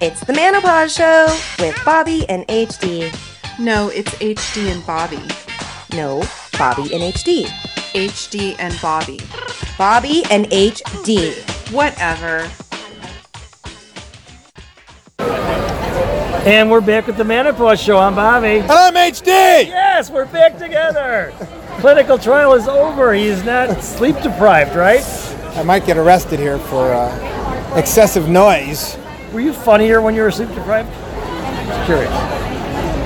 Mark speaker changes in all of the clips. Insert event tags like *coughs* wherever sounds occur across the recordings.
Speaker 1: It's the Manopause Show with Bobby and HD.
Speaker 2: No, it's HD and Bobby.
Speaker 1: No, Bobby and HD.
Speaker 2: HD and Bobby.
Speaker 1: Bobby and HD.
Speaker 2: Whatever.
Speaker 3: And we're back with the Manopause Show. I'm Bobby.
Speaker 4: I'm HD.
Speaker 3: Yes, we're back together. Clinical trial is over. He's not sleep deprived, right?
Speaker 4: I might get arrested here for uh, excessive noise.
Speaker 3: Were you funnier when you were sleep deprived? Just curious.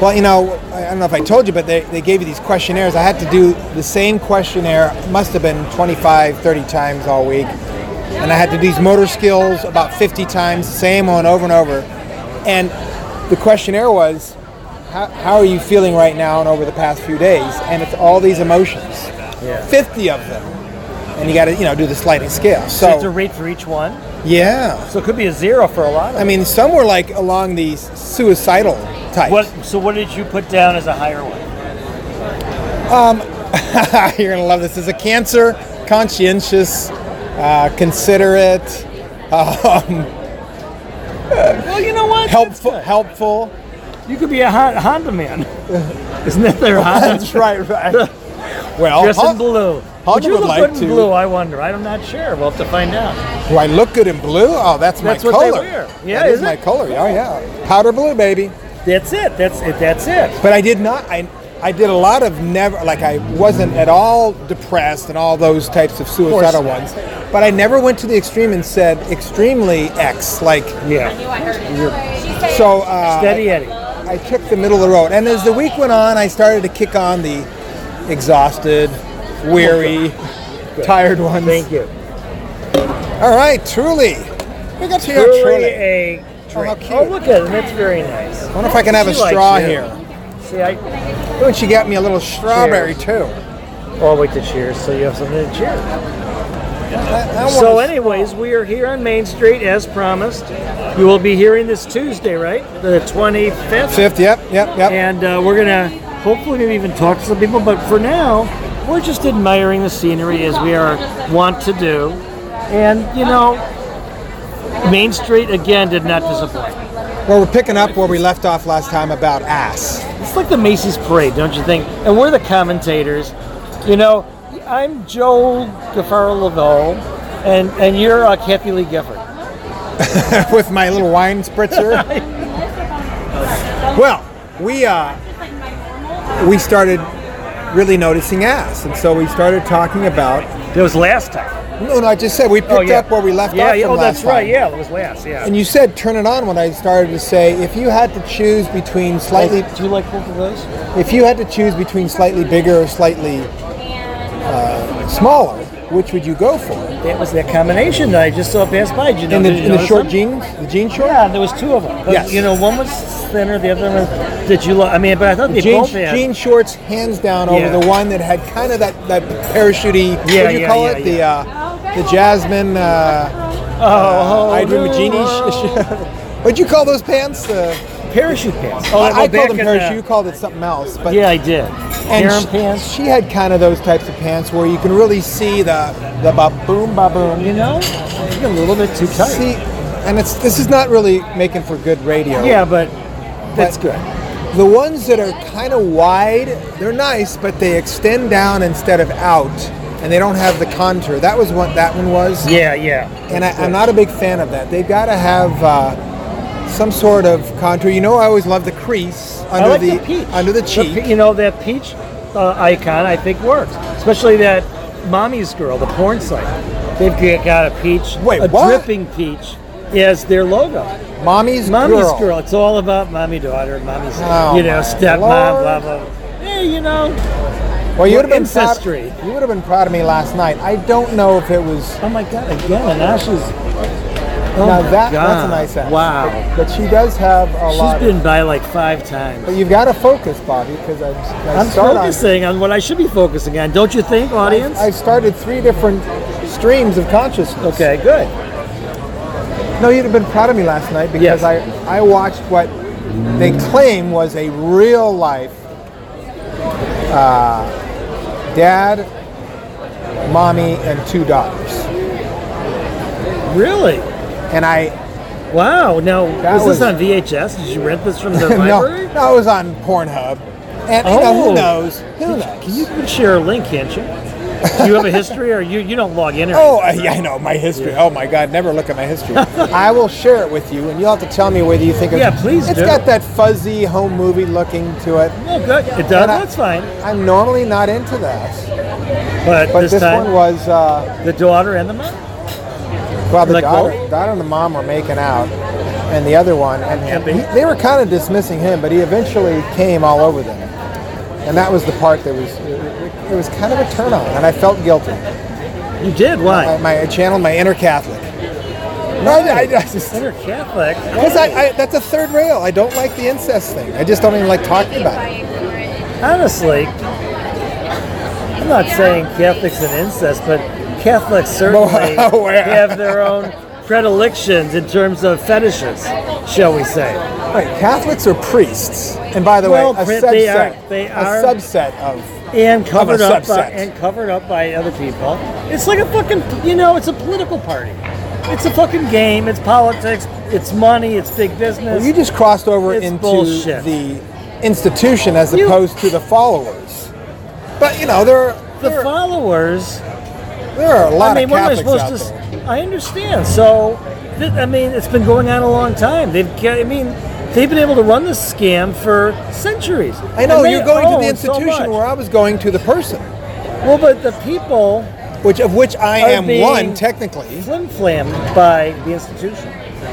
Speaker 4: Well, you know, I don't know if I told you, but they, they gave you these questionnaires. I had to do the same questionnaire, must have been 25, 30 times all week. And I had to do these motor skills about 50 times, same one over and over. And the questionnaire was, how, how are you feeling right now and over the past few days? And it's all these emotions,
Speaker 3: Yeah.
Speaker 4: 50 of them. And you got to, you know, do the sliding scale.
Speaker 3: So you have to
Speaker 4: So,
Speaker 3: rate for each one.
Speaker 4: yeah.
Speaker 3: So it could be a zero for a lot of
Speaker 4: I mean, some were like along the suicidal type.
Speaker 3: What? So what did you put down as a higher one?
Speaker 4: *laughs* You're gonna love this. Is a cancer, conscientious, uh, considerate, *laughs* um,
Speaker 3: Well, you know what?
Speaker 4: helpful, helpful.
Speaker 3: You could be a Hon- Honda *laughs* man. Isn't that their Honda?
Speaker 4: That's right. Right.
Speaker 3: *laughs*
Speaker 4: Well,
Speaker 3: Dress
Speaker 4: Hon-
Speaker 3: in blue. Oh, would
Speaker 4: Honda
Speaker 3: you
Speaker 4: would
Speaker 3: look
Speaker 4: like
Speaker 3: good in
Speaker 4: to-
Speaker 3: blue? I wonder. I'm not sure. We'll have to find out.
Speaker 4: do I look good in blue? Oh, that's,
Speaker 3: That's
Speaker 4: my
Speaker 3: what they
Speaker 4: color.
Speaker 3: wear. Yeah,
Speaker 4: that is
Speaker 3: isn't
Speaker 4: my
Speaker 3: it?
Speaker 4: color. Oh yeah, powder blue, baby.
Speaker 3: That's it. That's it. That's it.
Speaker 4: But I did not. I I did a lot of never. Like I wasn't at all depressed and all those types of suicidal
Speaker 3: not.
Speaker 4: ones. But I never went to the extreme and said extremely X. Like
Speaker 3: Yeah.
Speaker 4: so. Uh,
Speaker 3: Steady Eddie.
Speaker 4: I took the middle of the road. And as the week went on, I started to kick on the exhausted,
Speaker 3: *laughs*
Speaker 4: weary, tired ones.
Speaker 3: Thank you.
Speaker 4: All right, truly. We got to hear
Speaker 3: Truly
Speaker 4: truly.
Speaker 3: a
Speaker 4: Oh, how
Speaker 3: drink.
Speaker 4: cute.
Speaker 3: Oh, look at it. That's very nice.
Speaker 4: I wonder if I can have a
Speaker 3: She likes
Speaker 4: straw
Speaker 3: you.
Speaker 4: here.
Speaker 3: See, I.
Speaker 4: Why don't you get me a little strawberry too?
Speaker 3: Oh, wait to cheers. So you have something to cheer.
Speaker 4: I, I
Speaker 3: So,
Speaker 4: wanna-
Speaker 3: anyways, we are here on Main Street as promised. You will be hearing this Tuesday, right? The 25th.
Speaker 4: Fifth, yep, yep, yep.
Speaker 3: And uh, we're going to hopefully maybe even talk to some people. But for now, we're just admiring the scenery as we are want to do. And, you know, Main Street again did not disappoint.
Speaker 4: Well, we're picking up where we left off last time about ass. *laughs*
Speaker 3: It's like the Macy's Parade, don't you think? And we're the commentators. You know, I'm Joe Gaffaro Laveau, and, and you're uh, Kathy Lee Gifford.
Speaker 4: with my little
Speaker 3: *laughs*
Speaker 4: wine spritzer. well, we uh, we started really noticing ass, and so we started talking about.
Speaker 3: That was last time.
Speaker 4: No, no, I just said we picked up where we left
Speaker 3: Oh, yeah,
Speaker 4: off
Speaker 3: Yeah,
Speaker 4: from
Speaker 3: oh,
Speaker 4: last
Speaker 3: that's right.
Speaker 4: time.
Speaker 3: Yeah, it was last. Yeah.
Speaker 4: And you said turn it on when I started to say if you had to choose between slightly
Speaker 3: do Oh, you like both of those?
Speaker 4: if you had to choose between slightly bigger or slightly uh, smaller, which would you go for?
Speaker 3: That was that combination that I just saw pass by. Did you know,
Speaker 4: In the,
Speaker 3: did you
Speaker 4: in the
Speaker 3: notice
Speaker 4: short
Speaker 3: them?
Speaker 4: jeans, the jean short.
Speaker 3: Yeah, there was two of them. But,
Speaker 4: Yes.
Speaker 3: You know, one was thinner, the other one was, did you like? I mean, but I thought they
Speaker 4: jean,
Speaker 3: both had.
Speaker 4: jean shorts, hands down, over
Speaker 3: Yeah.
Speaker 4: the one that had kind of that, that parachutey.
Speaker 3: Yeah,
Speaker 4: what do you
Speaker 3: yeah,
Speaker 4: call
Speaker 3: yeah,
Speaker 4: it? The uh, the jasmine. Uh,
Speaker 3: oh,
Speaker 4: I dream
Speaker 3: no.
Speaker 4: a genie. sh- *laughs* What'd you call those pants? The,
Speaker 3: Parachute pants.
Speaker 4: I,
Speaker 3: Oh, that
Speaker 4: I
Speaker 3: go back
Speaker 4: called them
Speaker 3: in
Speaker 4: parachute.
Speaker 3: the-
Speaker 4: you called it something else. But
Speaker 3: yeah, I did. Harem
Speaker 4: sh-
Speaker 3: pants.
Speaker 4: She had kind of those types of pants where you can really see the the ba boom ba boom.
Speaker 3: You know, a little bit too tight.
Speaker 4: See, and it's this is not really making for good radio.
Speaker 3: yeah, but that's
Speaker 4: But-
Speaker 3: good.
Speaker 4: The ones that are kind of wide, they're nice, but they extend down instead of out, and they don't have the contour. That was what that one was,
Speaker 3: Yeah, yeah.
Speaker 4: and I, I'm not a big fan of that. They've got to have uh, some sort of contour. You know, I always love the crease under
Speaker 3: I like
Speaker 4: the,
Speaker 3: the, peach.
Speaker 4: under the cheek.
Speaker 3: pe- you know that peach uh, icon, I think works, especially that mommy's girl, the porn site. They've g- got a peach,
Speaker 4: Wait,
Speaker 3: a
Speaker 4: what?
Speaker 3: dripping peach, as their logo.
Speaker 4: mommy's,
Speaker 3: Mommy's
Speaker 4: girl.
Speaker 3: girl. It's all about mommy, daughter, mommy's,
Speaker 4: Oh,
Speaker 3: you know,
Speaker 4: my
Speaker 3: stepmom,
Speaker 4: Lord.
Speaker 3: blah blah. Hey, you know,
Speaker 4: Well, you would have been
Speaker 3: Ancestry.
Speaker 4: Proud, you would have been proud of me last night. I don't know if it was.
Speaker 3: oh my god, again, and now she's. Oh
Speaker 4: now
Speaker 3: my
Speaker 4: that that's a
Speaker 3: God.
Speaker 4: nice ass.
Speaker 3: Wow,
Speaker 4: But she does have a lot.
Speaker 3: she's
Speaker 4: of-
Speaker 3: been by like five times.
Speaker 4: but you've got to focus, Bobby, because I, I
Speaker 3: I'm
Speaker 4: start on
Speaker 3: focusing on what I should be focusing on, don't you think, audience?
Speaker 4: I started three different streams of consciousness.
Speaker 3: okay, good.
Speaker 4: No, you'd have been proud of me last night because
Speaker 3: Yes.
Speaker 4: I, I watched what they claim was a real life uh, dad, mommy, and two daughters.
Speaker 3: Really?
Speaker 4: And I
Speaker 3: Wow. Now,
Speaker 4: That
Speaker 3: was,
Speaker 4: was-
Speaker 3: this on VHS? Did you rent this from the
Speaker 4: *laughs* no,
Speaker 3: library?
Speaker 4: no, it was on Pornhub. And you know,
Speaker 3: Oh.
Speaker 4: who knows? Who knows?
Speaker 3: You can share a link, can't you? Do you have a history, or you you don't log in? Or
Speaker 4: *laughs* Oh, uh, yeah, I know my history. Oh my God, never look at
Speaker 3: *laughs*
Speaker 4: my history. I will share it with you, and you'll have to tell me whether you think it's
Speaker 3: Yeah, please
Speaker 4: It's
Speaker 3: do.
Speaker 4: got that fuzzy home movie looking to it.
Speaker 3: anything? Oh, good. It does.
Speaker 4: And I-
Speaker 3: That's fine.
Speaker 4: I'm normally not into that,
Speaker 3: But,
Speaker 4: but
Speaker 3: this,
Speaker 4: this,
Speaker 3: time,
Speaker 4: one was uh,
Speaker 3: the daughter and the mom.
Speaker 4: well, the
Speaker 3: Like
Speaker 4: daughter,
Speaker 3: what?
Speaker 4: daughter and the mom were making out, and the other one, and, and
Speaker 3: Happy?
Speaker 4: he- they were kind of dismissing him, but he eventually came all over them, and that was the part that was it, it was kind of a turn on, and I felt guilty.
Speaker 3: You did. Why?
Speaker 4: I, my, I channeled my inner Catholic. No, I, I just.
Speaker 3: You're Catholic.
Speaker 4: Because I, I, that's a third rail. I don't like the incest thing. I just don't even like talking about it.
Speaker 3: Honestly, I'm not saying Catholics and incest, but Catholics
Speaker 4: *laughs*
Speaker 3: certainly
Speaker 4: Well, Oh, yeah.
Speaker 3: have their own predilections in terms of fetishes, shall we say?
Speaker 4: All right, Catholics are priests, and by the
Speaker 3: Well,
Speaker 4: way, a
Speaker 3: pri-
Speaker 4: subset,
Speaker 3: they are- they are-
Speaker 4: a subset of.
Speaker 3: And covered up by,
Speaker 4: subset.
Speaker 3: and covered up by other people. It's like a fucking you know, it's a political party. It's a fucking game. It's politics. It's money. It's big business.
Speaker 4: Well, you just crossed over
Speaker 3: It's
Speaker 4: into
Speaker 3: bullshit.
Speaker 4: the institution as
Speaker 3: You-
Speaker 4: opposed to the followers. But you know, there are
Speaker 3: the
Speaker 4: there, are-
Speaker 3: followers.
Speaker 4: there are a lot
Speaker 3: I mean,
Speaker 4: of
Speaker 3: what am I
Speaker 4: Catholics
Speaker 3: supposed
Speaker 4: out
Speaker 3: to? s-
Speaker 4: there.
Speaker 3: I understand. So, th- I mean, it's been going on a long time. They've, ca- I mean, they've been able to run this scam for centuries.
Speaker 4: I know
Speaker 3: And they
Speaker 4: you're going to
Speaker 3: own
Speaker 4: the
Speaker 3: so
Speaker 4: institution
Speaker 3: much.
Speaker 4: where I was going to the person,
Speaker 3: well, but the people
Speaker 4: which of which I
Speaker 3: Are
Speaker 4: am
Speaker 3: being-
Speaker 4: one technically.
Speaker 3: flim flammed by the institution.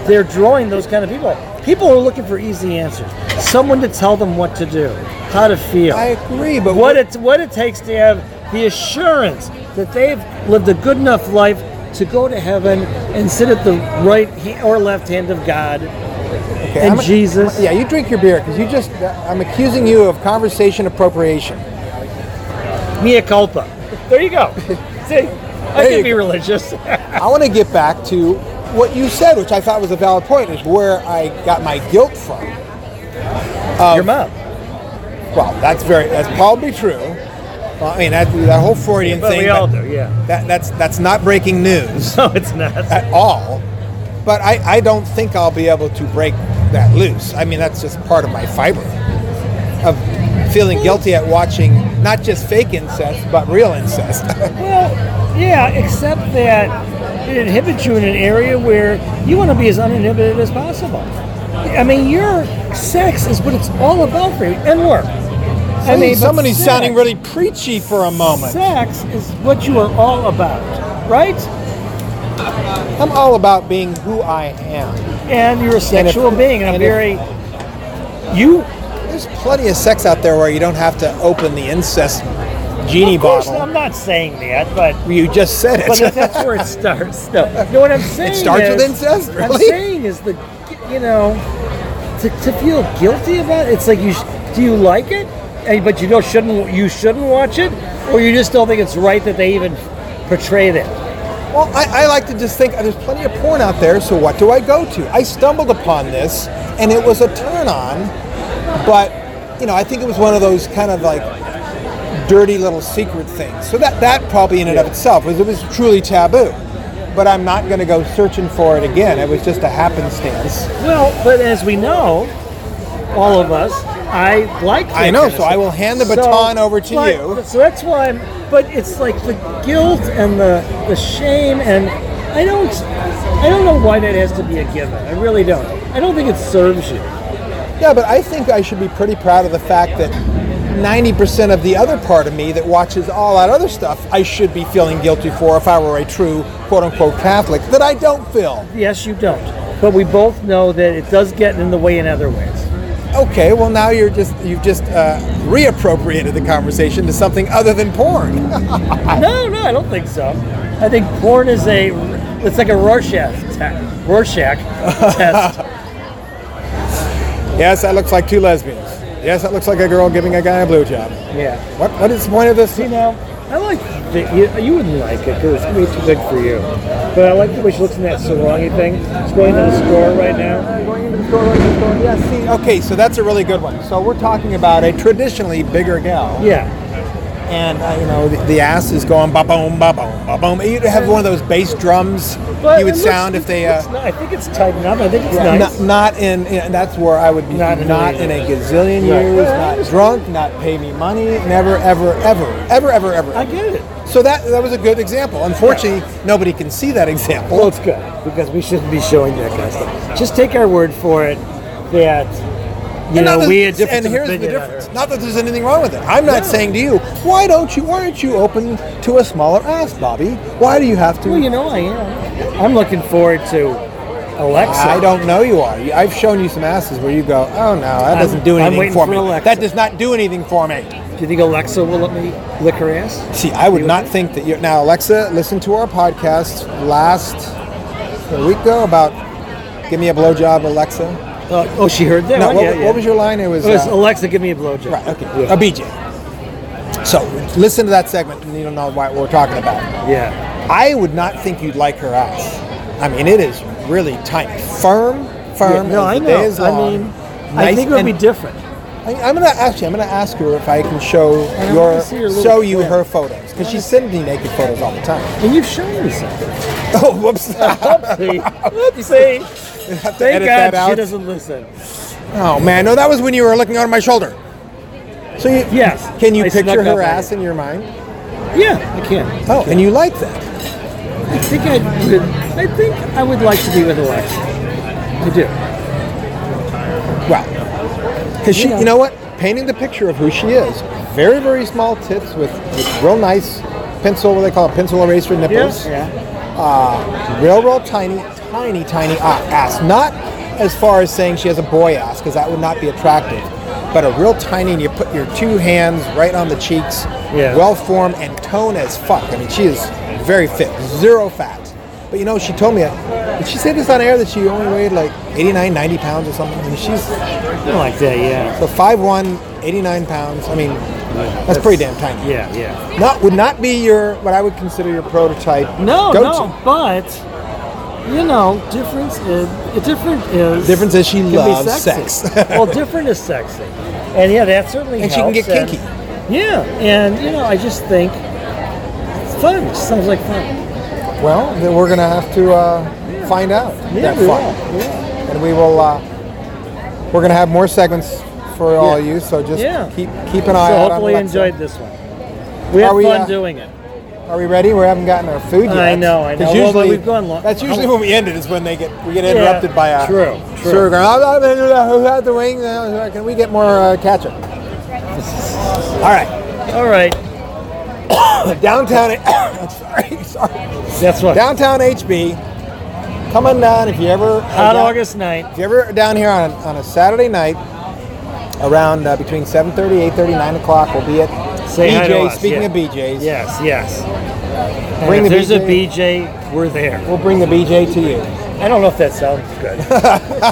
Speaker 3: They're drawing those kind of people. People are looking for easy answers. Someone to tell them what to do, how to feel.
Speaker 4: I agree, but
Speaker 3: what it what it takes to have the assurance that they've lived a good enough life to go to heaven and sit at the right he- or left hand of God
Speaker 4: Okay,
Speaker 3: and
Speaker 4: I'm-
Speaker 3: Jesus.
Speaker 4: Yeah, you drink your beer because you just. I'm accusing you of conversation appropriation.
Speaker 3: Mea culpa. There you *laughs* go. See, I
Speaker 4: There
Speaker 3: can
Speaker 4: you
Speaker 3: be
Speaker 4: go.
Speaker 3: *laughs* religious.
Speaker 4: I want to get back to what you said, which I thought was a valid point, is where I got my guilt from.
Speaker 3: Your mom.
Speaker 4: Well, that's very. That's probably true. Well, I mean, that, that whole Freudian
Speaker 3: But
Speaker 4: thing.
Speaker 3: we all do, yeah. *laughs*
Speaker 4: That, that's that's not breaking news
Speaker 3: No, it's not.
Speaker 4: at all. But I, I don't think I'll be able to break that loose. I mean, that's just part of my fiber of feeling guilty at watching not just fake incest, but real incest. *laughs*
Speaker 3: Well, yeah, except that it inhibits you in an area where you want to be as uninhibited as possible. I mean, your sex is what it's all about for you, and work. I
Speaker 4: Hey,
Speaker 3: but
Speaker 4: somebody's
Speaker 3: sex-
Speaker 4: sounding really preachy for a moment.
Speaker 3: Sex is what you are all about, right?
Speaker 4: I'm all about being who I am.
Speaker 3: And you're a sexual being, and,
Speaker 4: and
Speaker 3: a
Speaker 4: if-
Speaker 3: very you.
Speaker 4: There's plenty of sex out there where you don't have to open the incest genie
Speaker 3: Of course,
Speaker 4: bottle.
Speaker 3: I'm not saying that, but
Speaker 4: You just said
Speaker 3: but if
Speaker 4: it.
Speaker 3: that's where it starts.
Speaker 4: *laughs*
Speaker 3: No, no. What I'm saying
Speaker 4: starts
Speaker 3: is,
Speaker 4: with incest,
Speaker 3: I'm
Speaker 4: really?
Speaker 3: saying is the, you know, to, to feel guilty about it, it's like you sh- do you like it, and, but you don't shouldn't you shouldn't watch it, or you just don't think it's right that they even portray that.
Speaker 4: well, I, I like to just think uh, there's plenty of porn out there, so what do I go to? I stumbled upon this, and it was a turn on, but you know, I think it was one of those kind of like dirty little secret things. So that that probably in and of itself was it was truly taboo. But I'm not going to go searching for it again. It was just a happenstance.
Speaker 3: Well, but as we know, all of us, I like. that
Speaker 4: I know,
Speaker 3: kind of
Speaker 4: so I
Speaker 3: stuff.
Speaker 4: will hand the
Speaker 3: So,
Speaker 4: baton over to
Speaker 3: like-
Speaker 4: you.
Speaker 3: So that's why I'm. But it's like the guilt and the the shame and I don't I don't know why that has to be a given. I really don't. I don't think it serves you.
Speaker 4: Yeah, but I think I should be pretty proud of the fact that 90% of the other part of me that watches all that other stuff, I should be feeling guilty for if I were a true quote unquote Catholic that I don't feel.
Speaker 3: Yes, you don't. But we both know that it does get in the way in other ways.
Speaker 4: Okay, well now you're just you've just uh, reappropriated the conversation to something other than porn. *laughs*
Speaker 3: No, no, I don't think so. I think porn is a it's like a Rorschach test.
Speaker 4: *laughs*
Speaker 3: Rorschach test.
Speaker 4: yes, that looks like two lesbians. Yes, that looks like a girl giving a guy a blowjob.
Speaker 3: Yeah.
Speaker 4: What what is the point of this?
Speaker 3: You know, I like that you, you wouldn't like it because it's gonna be too big for you. But I like the way she looks in that sarangi thing. She's going to the store right now.
Speaker 4: Uh, Going into the store, going into the store. Yeah, see, okay, so that's a really good one. So we're talking about a traditionally bigger gal.
Speaker 3: Yeah.
Speaker 4: and uh, you know the, the ass is going ba boom ba boom ba boom. You'd have one of those bass drums
Speaker 3: But
Speaker 4: you would
Speaker 3: it looks-
Speaker 4: sound if they.
Speaker 3: it's
Speaker 4: Uh,
Speaker 3: ni- I think it's tightened up. I think it's
Speaker 4: yeah,
Speaker 3: nice.
Speaker 4: not, not in, yeah, that's where I would be
Speaker 3: Not
Speaker 4: not,
Speaker 3: in a-
Speaker 4: in a gazillion
Speaker 3: Right.
Speaker 4: years, not drunk, not pay me money, never, ever, ever, ever, ever, ever.
Speaker 3: I get it.
Speaker 4: So that that was a good example. Unfortunately, nobody can see that example.
Speaker 3: Well, it's good because we shouldn't be showing that kind of stuff. Just take our word for it that you
Speaker 4: And not
Speaker 3: know
Speaker 4: that-
Speaker 3: we had different
Speaker 4: and here's the
Speaker 3: opinion on
Speaker 4: difference.
Speaker 3: it.
Speaker 4: Not that there's anything wrong with it. I'm not
Speaker 3: No.
Speaker 4: saying to you, why don't you? Why aren't you open to a smaller ass, Bobby? Why do you have to?
Speaker 3: Well, you know I am. I'm looking forward to Alexa.
Speaker 4: I don't know you are. You- I've shown you some asses where you go, oh no, that doesn't do
Speaker 3: I'm
Speaker 4: anything
Speaker 3: waiting
Speaker 4: for
Speaker 3: for
Speaker 4: me.
Speaker 3: Alexa.
Speaker 4: That does not do anything for me.
Speaker 3: Do you think Alexa will let me lick her ass?
Speaker 4: See, I would
Speaker 3: You
Speaker 4: not
Speaker 3: would
Speaker 4: think that you. Now, Alexa, listen to our podcast last a week ago about give me a blowjob, Alexa.
Speaker 3: Uh, oh, she heard that.
Speaker 4: No,
Speaker 3: one?
Speaker 4: what,
Speaker 3: Yeah, yeah.
Speaker 4: what was your line? It was.
Speaker 3: It was,
Speaker 4: uh,
Speaker 3: Alexa, give me a blowjob.
Speaker 4: Right. Okay.
Speaker 3: Yeah.
Speaker 4: A BJ. So listen to that segment, and you'll know what we're talking about.
Speaker 3: yeah.
Speaker 4: I would not think you'd like her ass. I mean, it is really tight, firm,
Speaker 3: Yeah,
Speaker 4: firm.
Speaker 3: No,
Speaker 4: as
Speaker 3: I
Speaker 4: the day
Speaker 3: know.
Speaker 4: is
Speaker 3: I
Speaker 4: long,
Speaker 3: mean, I
Speaker 4: nice
Speaker 3: think it would
Speaker 4: and-
Speaker 3: be different.
Speaker 4: I, I'm gonna actually. I'm gonna ask her if I can show
Speaker 3: I wanna
Speaker 4: your
Speaker 3: see your little
Speaker 4: show you
Speaker 3: clip.
Speaker 4: her photos because she sends me naked photos all the time. *laughs*
Speaker 3: And you've shown me something.
Speaker 4: Oh,
Speaker 3: *laughs*
Speaker 4: whoops! Oh,
Speaker 3: Oopsie. Oopsie.
Speaker 4: Have to
Speaker 3: Thank
Speaker 4: edit
Speaker 3: God
Speaker 4: that out.
Speaker 3: she doesn't listen.
Speaker 4: Oh man, no, that was when you were looking over my shoulder. So you,
Speaker 3: Yes,
Speaker 4: can you
Speaker 3: I
Speaker 4: picture
Speaker 3: snuck up on
Speaker 4: her ass
Speaker 3: you.
Speaker 4: in your mind?
Speaker 3: Yeah, I can.
Speaker 4: Oh, and you like that.
Speaker 3: I think I would. I think I would like to be with Alexa. I do.
Speaker 4: Wow. Because she,
Speaker 3: Yeah.
Speaker 4: you know what? Painting the picture of who she is. Very, very small tits with, with real nice pencil, what they call it, pencil eraser nipples.
Speaker 3: Yeah.
Speaker 4: Real, real tiny, tiny, tiny a- ass. Not as far as saying she has a boy ass, because that would not be attractive. But a real tiny, and you put your two hands right on the cheeks.
Speaker 3: Yeah.
Speaker 4: Well formed and toned as fuck. I mean, she is very fit, zero fat. But you know, she told me, did she say this on air that she only weighed like 89, 90 pounds or something? I mean, she's
Speaker 3: I like that. Yeah.
Speaker 4: so 5'1", 89 pounds. I mean, that's, pretty damn tiny.
Speaker 3: Yeah. Yeah.
Speaker 4: Not would not be your what I would consider your prototype.
Speaker 3: No.
Speaker 4: go-to.
Speaker 3: No. But you know, difference is the different is
Speaker 4: Difference is she
Speaker 3: can be
Speaker 4: loves
Speaker 3: sexy. *laughs*
Speaker 4: sex.
Speaker 3: well, different is sexy, and yeah, that certainly.
Speaker 4: And she can
Speaker 3: helps,
Speaker 4: get
Speaker 3: and-
Speaker 4: kinky.
Speaker 3: yeah, and you know, I just think it's fun. It just sounds like fun.
Speaker 4: Well, then we're gonna have to uh, find out
Speaker 3: Yeah,
Speaker 4: that
Speaker 3: we
Speaker 4: far,
Speaker 3: will. Yeah.
Speaker 4: and we will. Uh, we're gonna have more segments for all you, so just
Speaker 3: Yeah.
Speaker 4: keep keep an eye
Speaker 3: so
Speaker 4: out.
Speaker 3: hopefully, you
Speaker 4: on Alexa.
Speaker 3: enjoyed this one. We
Speaker 4: Are
Speaker 3: had
Speaker 4: we,
Speaker 3: fun
Speaker 4: uh,
Speaker 3: doing it.
Speaker 4: Are we ready? We haven't gotten our food yet.
Speaker 3: I know, I know. Well,
Speaker 4: 'Cause
Speaker 3: but
Speaker 4: Usually,
Speaker 3: we've gone long-
Speaker 4: That's usually
Speaker 3: how-
Speaker 4: when we end it. Is when they get we get interrupted by uh, a
Speaker 3: true, true.
Speaker 4: Sure, who had the wing? Uh, Can we get more uh, ketchup? All right,
Speaker 3: All right.
Speaker 4: downtown. *coughs* I'm sorry, sorry.
Speaker 3: That's what.
Speaker 4: Downtown HB. Come on down if you ever.
Speaker 3: Hot
Speaker 4: down-
Speaker 3: August night.
Speaker 4: If you ever are down here on, on a Saturday night, around uh, between 7:30, 8:30, 9 o'clock, we'll be at
Speaker 3: Say hi to
Speaker 4: BJ's.
Speaker 3: us,
Speaker 4: Speaking
Speaker 3: yeah.
Speaker 4: of BJ's,
Speaker 3: Yes, yes. And
Speaker 4: Bring
Speaker 3: if
Speaker 4: the
Speaker 3: there's
Speaker 4: BJ.
Speaker 3: a BJ, we're there.
Speaker 4: we'll bring the BJ to you.
Speaker 3: I don't know if that sounds good.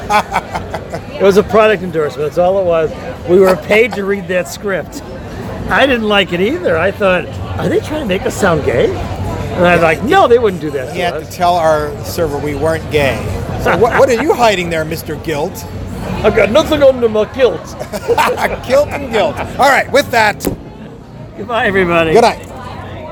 Speaker 3: it was a product endorsement. That's all it was. We were paid to read that script. I didn't like it either. I thought, are they trying to make us sound gay? And I'm like, no, they wouldn't do that to
Speaker 4: He had to
Speaker 3: us.
Speaker 4: tell our server we weren't gay. So what, what are you hiding there, Mr. Guilt? *laughs*
Speaker 3: I've got nothing under my guilt.
Speaker 4: Guilt and guilt. All right, with that,
Speaker 3: Goodbye, everybody.
Speaker 4: good night.